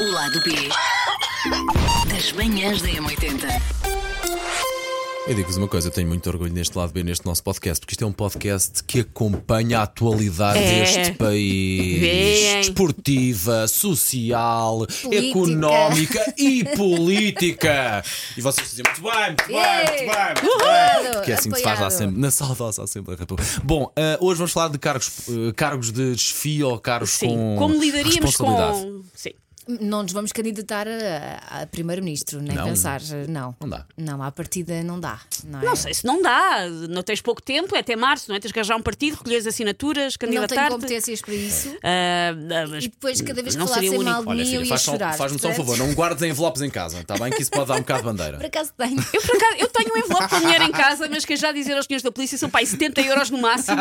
O lado B das manhãs da M80. Eu digo-vos uma coisa, eu tenho muito orgulho neste lado B, neste nosso podcast, porque isto é um podcast que acompanha a atualidade É. deste país, Bem. desportiva, social, Política. económica e política. E vocês dizem muito bem, muito bem, muito bem. muito bem. Porque é assim que se faz na, Apoiado. Assembleia, na saudosa Assembleia da República. Bom, ah, hoje vamos falar de cargos, eh, cargos de desfio ou cargos Sim. com. Como lidaríamos responsabilidade. com. Sim. Não nos vamos candidatar a, a primeiro-ministro, nem Não. pensar, não. Não dá. Não, à partida não dá. Não, é? Não sei se não dá, não tens pouco tempo, é até março, não é? Tens que arranjar um partido, recolher as assinaturas, Não tenho candidatar. competências para isso. É. mas... E depois, cada vez que Não seria falassem único. mal de Olha, mim, eu filha, ia faz só- chorar. faz-me só um portanto, favor, não guardes envelopes em casa, está bem? Que isso pode dar um bocado de bandeira. Por acaso tenho. É Eu, por acaso, eu tenho um envelope com dinheiro em casa, mas quero já dizer aos senhores da polícia são pai 70 euros no máximo,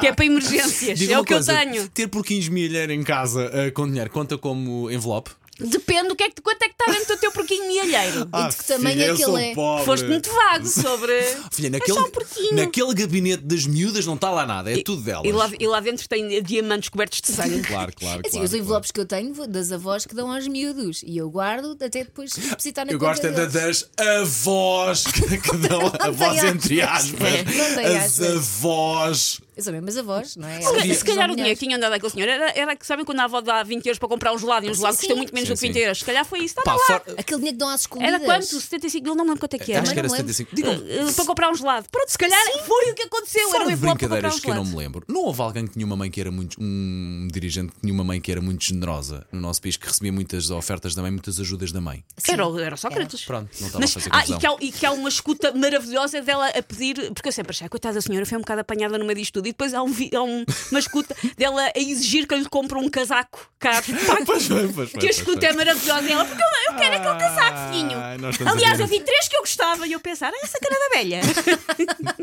que é para emergências. Diga é uma o que coisa, eu tenho. Ter por 15 milheiro em casa ah, com dinheiro conta como envelope? Depende do que é que, quanto é que está dentro do teu porquinho milheiro. Ah, E de que tamanho é que ele é? Foste muito vago sobre. Filha, É naquele, só um porquinho. naquele gabinete das miúdas não está lá nada, é tudo delas. E lá, e lá dentro tem diamantes cobertos de sangue. Claro, claro. Assim, claro, os envelopes que eu tenho vou- das avós que dão aos miúdos e eu guardo até depois depositar na Eu conta gosto é da- deles. das avós que que dão a voz aspas. entre aspas. É, não tem As aspas. avós. Eu sou mesmo as avós, não é? Se Elas calhar- Havia- Se calhar são o dinheiro melhores. que tinha andado àquele senhor era, era que sabem quando a avó dá 20 euros para comprar um gelado e um gelado Sim, custa sim. muito menos Sim, do que 20 sim. euros. Se calhar foi isso, estava Pá, lá. fora- Aquele dinheiro que dão às escondidas. Era quanto? 75? Eu não me lembro quanto é que era. Acho que não era me lembro. 75. Digam, Eh, para comprar um gelado. Pronto, se calhar foi o que aconteceu. era Fora um de envelope para comprar brincadeiras um que eu não me gelado. lembro, não houve alguém que tinha uma mãe que era muito. um dirigente que tinha uma mãe que era muito generosa no nosso país, que recebia muitas ofertas da mãe, muitas ajudas da mãe. Era, o- era Sócrates. Pronto, não estava a Mas, fazer ah, confusão. e, que há, e que há uma escuta maravilhosa dela a pedir, porque eu sempre achei, coitada da senhora, foi um bocado apanhada no meio disto tudo. E depois há, um, vi- há um- uma escuta dela a exigir que eu lhe compre um casaco caro. Pois bem, pois bem, Que a pois escuta bem. é maravilhosa dela, porque eu, eu Ah. quero aquele casaco fininho. Ai, nós estamos a Aliás, ver- eu vi três que eu gostava e eu pensar, ah, essa cara da velha.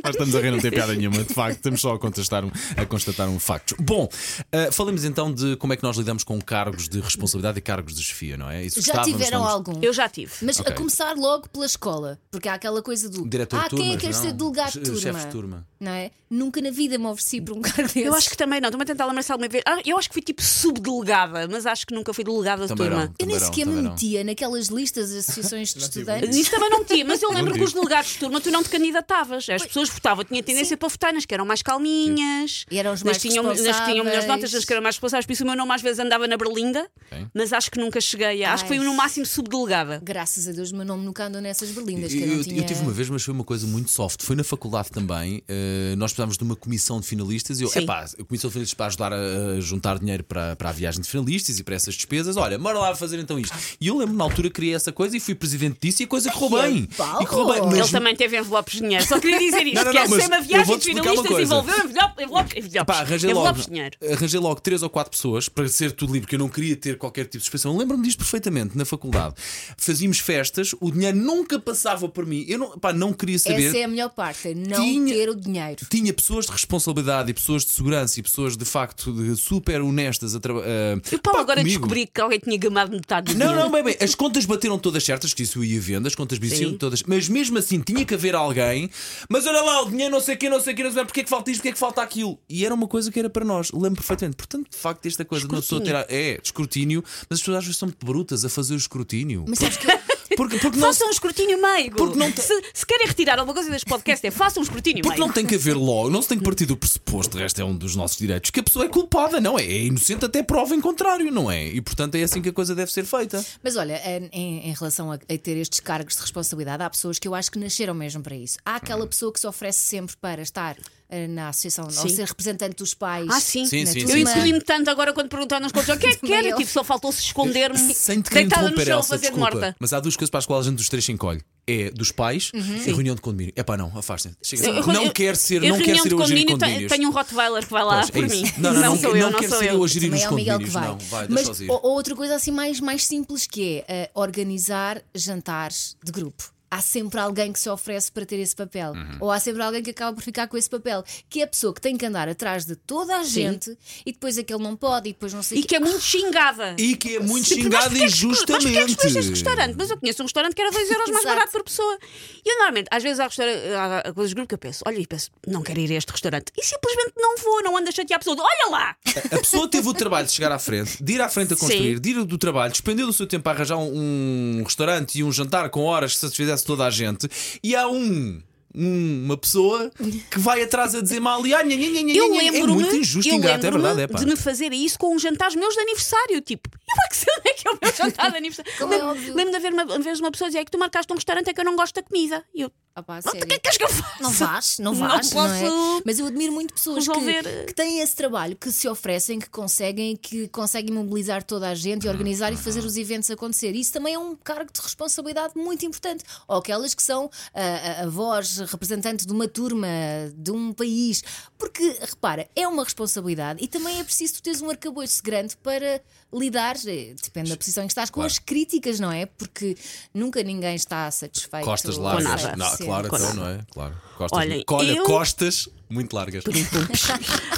Nós estamos a rir, não tem piada nenhuma, de facto, estamos só a contestar, um- a constatar um facto. Bom, ah, falemos então de como é que nós lidamos com cargos de responsabilidade e cargos de desfio, não é? Isso Já estávamos, tiveram estamos- algum? Eu já tive. Mas Ok. a começar logo pela escola, porque há aquela coisa do Diretor de ah, quem é turmas, que quer não? ser delegado de Che- turma? chefe de turma. Não é? Nunca na vida me ofereci por um cargo desse. Eu acho que também não, estou-me a tentar lembrar se alguma vez. Ah, eu acho que fui tipo subdelegada, mas acho que nunca fui delegada de Também não. turma. Eu nem Também não, sequer me também não. metia naquelas listas de associações de estudantes. Isso também não tinha, mas eu lembro que digo. os delegados de turma tu não te candidatavas. As pessoas votavam, tinha tendência para votar nas que eram mais calminhas, E eram os nas, mais que tinham, nas que tinham melhores responsáveis. notas, nas que eram mais responsáveis. Por isso o meu nome às vezes andava na berlinda, Ok. mas acho que nunca cheguei. A, acho que Ai. fui no máximo subdelegada. Graças a Deus, o meu nome nunca andou nessas berlindas. que eu, Eu, não eu tinha... tive uma vez, mas foi uma coisa muito soft. Foi na faculdade também. eh, nós precisámos de uma comissão de finalistas. E eu, Sim. epá, a comissão de finalistas para ajudar a, a juntar dinheiro para, para a viagem de finalistas e para essas despesas. Olha, bora lá fazer então isto. E eu lembro, na altura, criei essa coisa e fui presidente disso e a coisa correu bem. Paulo! E correu bem. Ele também teve envelopes de dinheiro. Só queria dizer isto: Não, não, que não, essa é mas uma eu viagem vou-te de explicar uma finalistas coisa. envolveu envelope- envelopes, envelopes, Pá, arranjei logo, envelopes de dinheiro. arranjei logo três ou quatro pessoas para ser tudo livre, porque eu não queria ter qualquer tipo de suspensão. Lembro-me disto perfeitamente na faculdade. Fazíamos festas, o dinheiro nunca passava por mim. Eu não, pá, não queria saber. Essa é a melhor parte, é não Tinha- ter o dinheiro. tinha pessoas de responsabilidade e pessoas de segurança e pessoas de facto de super honestas a trabalhar. E o Paulo agora descobri que alguém tinha gamado metade do Não, dinheiro. não, bem, bem, as contas bateram todas certas, que isso eu ia vendo, as contas bateram Sim. todas, mas mesmo assim tinha que haver alguém, mas olha lá, o dinheiro não sei o quê, não sei o quê, não sei o quê, porque é que falta isto, porque é que falta aquilo. E era uma coisa que era para nós, lembro perfeitamente. Portanto, de facto, esta coisa de uma pessoa ter. a- É, escrutínio, mas as pessoas às vezes são muito brutas a fazer o escrutínio. Mas sabes que eu- Porque, porque não Façam um escrutínio meigo. Porque não tem- se, se querem retirar alguma coisa deste podcast, é façam um escrutínio Porque meigo. não tem que haver logo, não se tem que partir do pressuposto, de resto é um dos nossos direitos, que a pessoa é culpada, não é? É inocente até prova em contrário, não é? E portanto é assim que a coisa deve ser feita. Mas olha, em, em- em relação a, a ter estes cargos de responsabilidade, há pessoas que eu acho que nasceram mesmo para isso. Há Uhum. aquela pessoa que se oferece sempre para estar eh, na associação ou Sim. ser representante dos pais. Ah, sim. Sim, Na sim, turma. Eu sim. encolhi-me tanto agora quando perguntaram nos contos o que é que Também era. eu. Tipo, só faltou-se esconder-me Sem te querer deitada no interromper, chão a Elsa, fazer de desculpa. morta. Uhum. Mas há duas coisas para as quais a gente dos três se encolhe: é dos pais e reunião de condomínio. É pá, não, afastem. Chega Eu- eu- não eu- quer ser, eu não quer reunião ser de eu a gerir condomínio, te- condomínios. Tenho um Rottweiler que vai lá Pois, é por isso. mim. Não, não, não, sou não eu, não quer sou ser eu a eu. gerir os Também é o Miguel que condomínios. vai. Não, vai, deixa Mas os ir. ou- outra coisa assim mais, mais simples que é eh, organizar jantares de grupo. há sempre alguém que se oferece para ter esse papel. Uhum. Ou há sempre alguém que acaba por ficar com esse papel, que é a pessoa que tem que andar atrás de toda a gente e depois aquele não pode e depois não sei o E que é muito xingada. E que é muito Tipo, mas xingado porquê que- Mas porquê é que injustamente. escolhes este restaurante? Mas eu conheço um restaurante que era 2 euros mais Exato. barato por pessoa. E eu normalmente, às vezes há, restaura- há- há coisas de grupo que eu penso, olha, e penso, não quero ir a este restaurante. E simplesmente não vou, não ando a chatear a pessoa. de, Olha lá! A pessoa teve o trabalho de chegar à frente, de ir à frente a construir, de ir do trabalho, despendeu o seu tempo a arranjar um, um restaurante e um jantar com horas que satisfizesse toda a gente, e há um. um- Uma pessoa que vai atrás a dizer mal e ah, nha, nha, nha, nha, Eu nha, é lembro-me muito injusto, eu ingrato, é lembro-me verdade, é pá. de me fazer isso com um jantar meus de aniversário. Tipo, eu lá que sei onde é que é o meu jantar de aniversário. Como é Lembro- óbvio. Lembro-me de haver uma, uma vez uma pessoa dizer é que tu marcaste um restaurante é que eu não gosto da comida. E eu, Ah pá, pronto, o que é sério. que queres que eu faça? Não vás, não Não vás, não, é? posso Mas eu admiro muito pessoas resolver- eh, que, que têm esse trabalho, que se oferecem, que conseguem, que conseguem mobilizar toda a gente e organizar e Uhum. fazer os eventos acontecer. Isso também é um cargo de responsabilidade muito importante. Ou aquelas que são eh, a, a, a voz representante de uma turma, de um país. Porque, repara, é uma responsabilidade e também é preciso tu teres um arcabouço grande para lidar, eh, depende da posição em que estás, com as críticas, não é? Porque nunca ninguém está satisfeito. Costas ou largas. nada. Não, 100%. claro, Com então, nada. não é? Claro. Costas, Olha, Olha, eu- costas muito largas.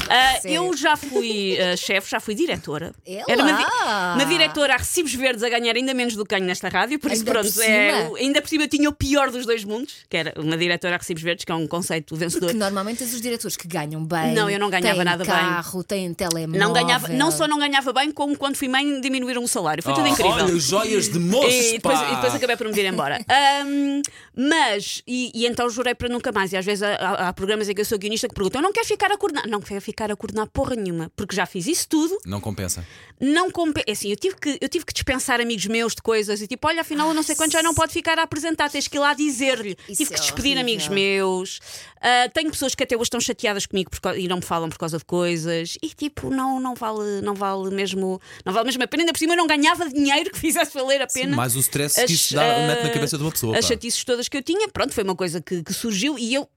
Ah, Sério. eu já fui ah, chefe, já fui diretora. É uma, lá! di- uma diretora a recibos verdes a ganhar ainda menos do que ganho nesta rádio, por isso, Ainda pronto, por é, cima. o- ainda por cima eu tinha o pior dos dois mundos, que era uma diretora a recibos verdes, que é um conceito vencedor. Que normalmente tens os diretores que ganham bem. Não, eu não ganhava têm nada bem. carro, Têm telemóvel. Não, ganhava, não só não ganhava bem, como quando fui mãe diminuíram o salário. Foi tudo Ah, incrível. Olha, joias de moço. E depois, pá. e depois acabei por me vir embora. Ahm, mas, e, e então jurei para nunca mais. E às vezes há, há- há programas em que eu sou guionista que perguntam: eu não quero ficar a coordenar. Não quero ficar a coordenar porra nenhuma, porque já fiz isso tudo. Não compensa. Não compensa. Assim, eu tive, que, eu tive que dispensar amigos meus de coisas e tipo: olha, afinal eu não sei quanto já não pode ficar a apresentar, tens que ir lá dizer-lhe. Isso Tive que é despedir horrível. amigos meus. Ah, tenho pessoas que até hoje estão chateadas comigo por cau- e não me falam por causa de coisas. E tipo, não, não, vale, não vale mesmo. Não vale mesmo a pena. Ainda por cima eu não ganhava dinheiro que fizesse valer a pena Mais o stress que isso dá, ah, mete na cabeça de uma pessoa. As pá. chatices todas que eu tinha, pronto, foi uma coisa que, que surgiu e eu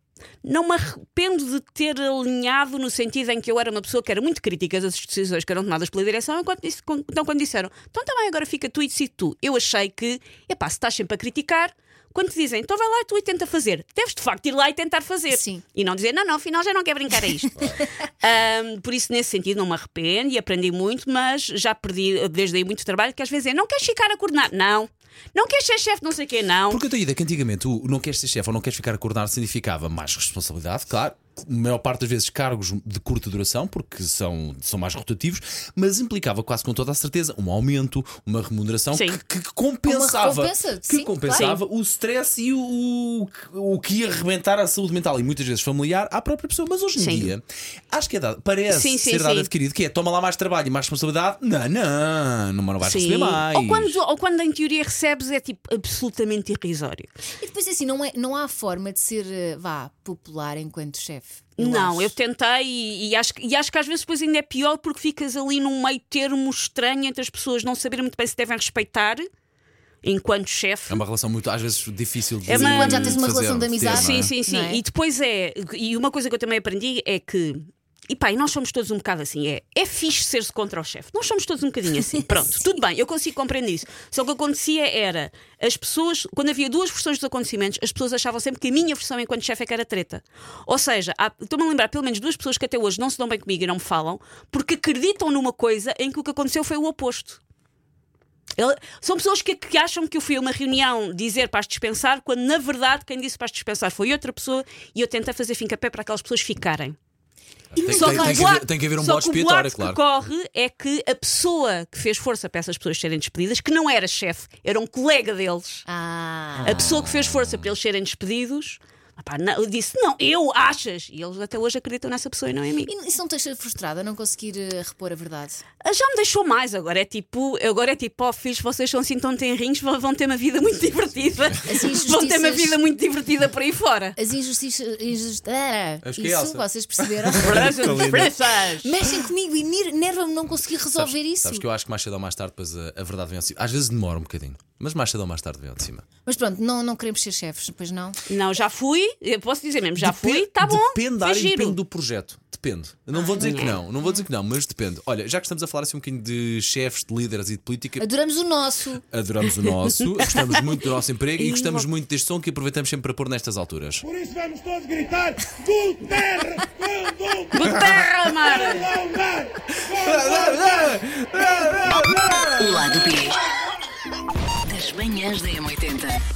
não me arrependo de ter alinhado no sentido em que eu era uma pessoa que era muito crítica das decisões que eram tomadas pela direção. Enquanto disse- con- então, quando disseram, então também agora fica tu e decide tu, eu achei que, epá, se estás sempre a criticar. Quando te dizem, então vai lá tu e tenta fazer, deves de facto ir lá e tentar fazer. Sim. E não dizer, não, não, afinal já não quer brincar a isto. Ahm, por isso, nesse sentido, não me arrependo e aprendi muito, mas já perdi desde aí muito trabalho, que às vezes é, não queres ficar a coordenar? Não. Não queres ser chefe de não sei quê? Não. Porque eu tenho a ideia que antigamente o não queres ser chefe ou não queres ficar a coordenar significava mais responsabilidade, claro. A maior parte das vezes cargos de curta duração, porque são, são mais rotativos, mas implicava quase com toda a certeza um aumento, uma remuneração Sim. que, que compensava, Uma recompensa, que sim, compensava o stress e o, o, o que ia arrebentar a saúde mental e muitas vezes familiar à própria pessoa. Mas hoje em Sim. dia, acho que é dado, parece Sim, sim, ser dado sim. adquirido, que é toma lá mais trabalho e mais responsabilidade, não, não, não, não vais Sim. receber mais. Ou quando, ou quando em teoria recebes é tipo absolutamente irrisório. E depois assim, não, é, não há forma de ser, eh, vá, popular enquanto chefe. não, acho. eu tentei e, e acho, que- e acho que às vezes depois ainda é pior porque ficas ali num meio termo estranho entre as pessoas não saberem muito bem se devem respeitar enquanto chefe. É uma relação muito, às vezes, difícil de É uma- de Quando já tens uma fazer, relação de ter, amizade. não é? Sim, sim, sim. Não é? E depois é. E uma coisa que eu também aprendi é que. E pá, e nós somos todos um bocado assim. É, é fixe ser-se contra o chefe. Nós somos todos um bocadinho assim. Pronto, tudo bem, eu consigo compreender isso. Só que o que acontecia era. As pessoas. Quando havia duas versões dos acontecimentos, as pessoas achavam sempre que a minha versão enquanto chefe é que era treta. Ou seja, há- estou-me a lembrar pelo menos duas pessoas que até hoje não se dão bem comigo e não me falam porque acreditam numa coisa em que o que aconteceu foi o oposto. Ele- são pessoas que, que acham que eu fui a uma reunião dizer para as dispensar, quando na verdade quem disse para as dispensar foi outra pessoa e eu tentei fazer fim-capé para aquelas pessoas ficarem. Tem, Só tem- que o tem que boato- haver, tem que haver um só bode que o expiatório, boato claro. que corre é que a pessoa que fez força para essas pessoas serem despedidas, que não era chefe, era um colega deles, Ah, a pessoa que fez força para eles serem despedidos, opá, não- eu disse: Não, eu achas. E eles até hoje acreditam nessa pessoa e não em mim. e isso não te deixa frustrada, não conseguir eh, repor a verdade? Ah, Já me deixou mais, agora é tipo, agora é tipo, ó filhos, vocês são assim tão tenrinhos, vão vão ter uma vida muito divertida. Vão ter uma injustiças- vida muito divertida por aí fora. As injustiças. Injusti... Ah, Acho isso que é Elsa. vocês perceberam? Pressas. Mexem comigo e ner- nerva-me não conseguir resolver Sabes- isso. Sabes que eu acho que mais cedo ou mais tarde depois eh, a, a verdade vem ao de cima. Às vezes demora um bocadinho, mas mais cedo ou mais tarde vem ao de cima. Mas pronto, não, não queremos ser chefes, pois não? Não, já fui, eu posso dizer mesmo, já fui, Depen- está bom. Depende da foi área e giro. é. depende do projeto. Depende depende. Eu Não vou dizer que não, não vou dizer que não, mas depende. Olha, já que estamos a falar assim um bocadinho de chefes, de líderes e de política, Adoramos o nosso. adoramos o nosso, gostamos muito do nosso emprego e gostamos muito deste som que aproveitamos sempre para pôr nestas alturas. Por isso vamos todos gritar Guterres mandou Guterra, Mara! não dar! O lado B das manhãs da M80.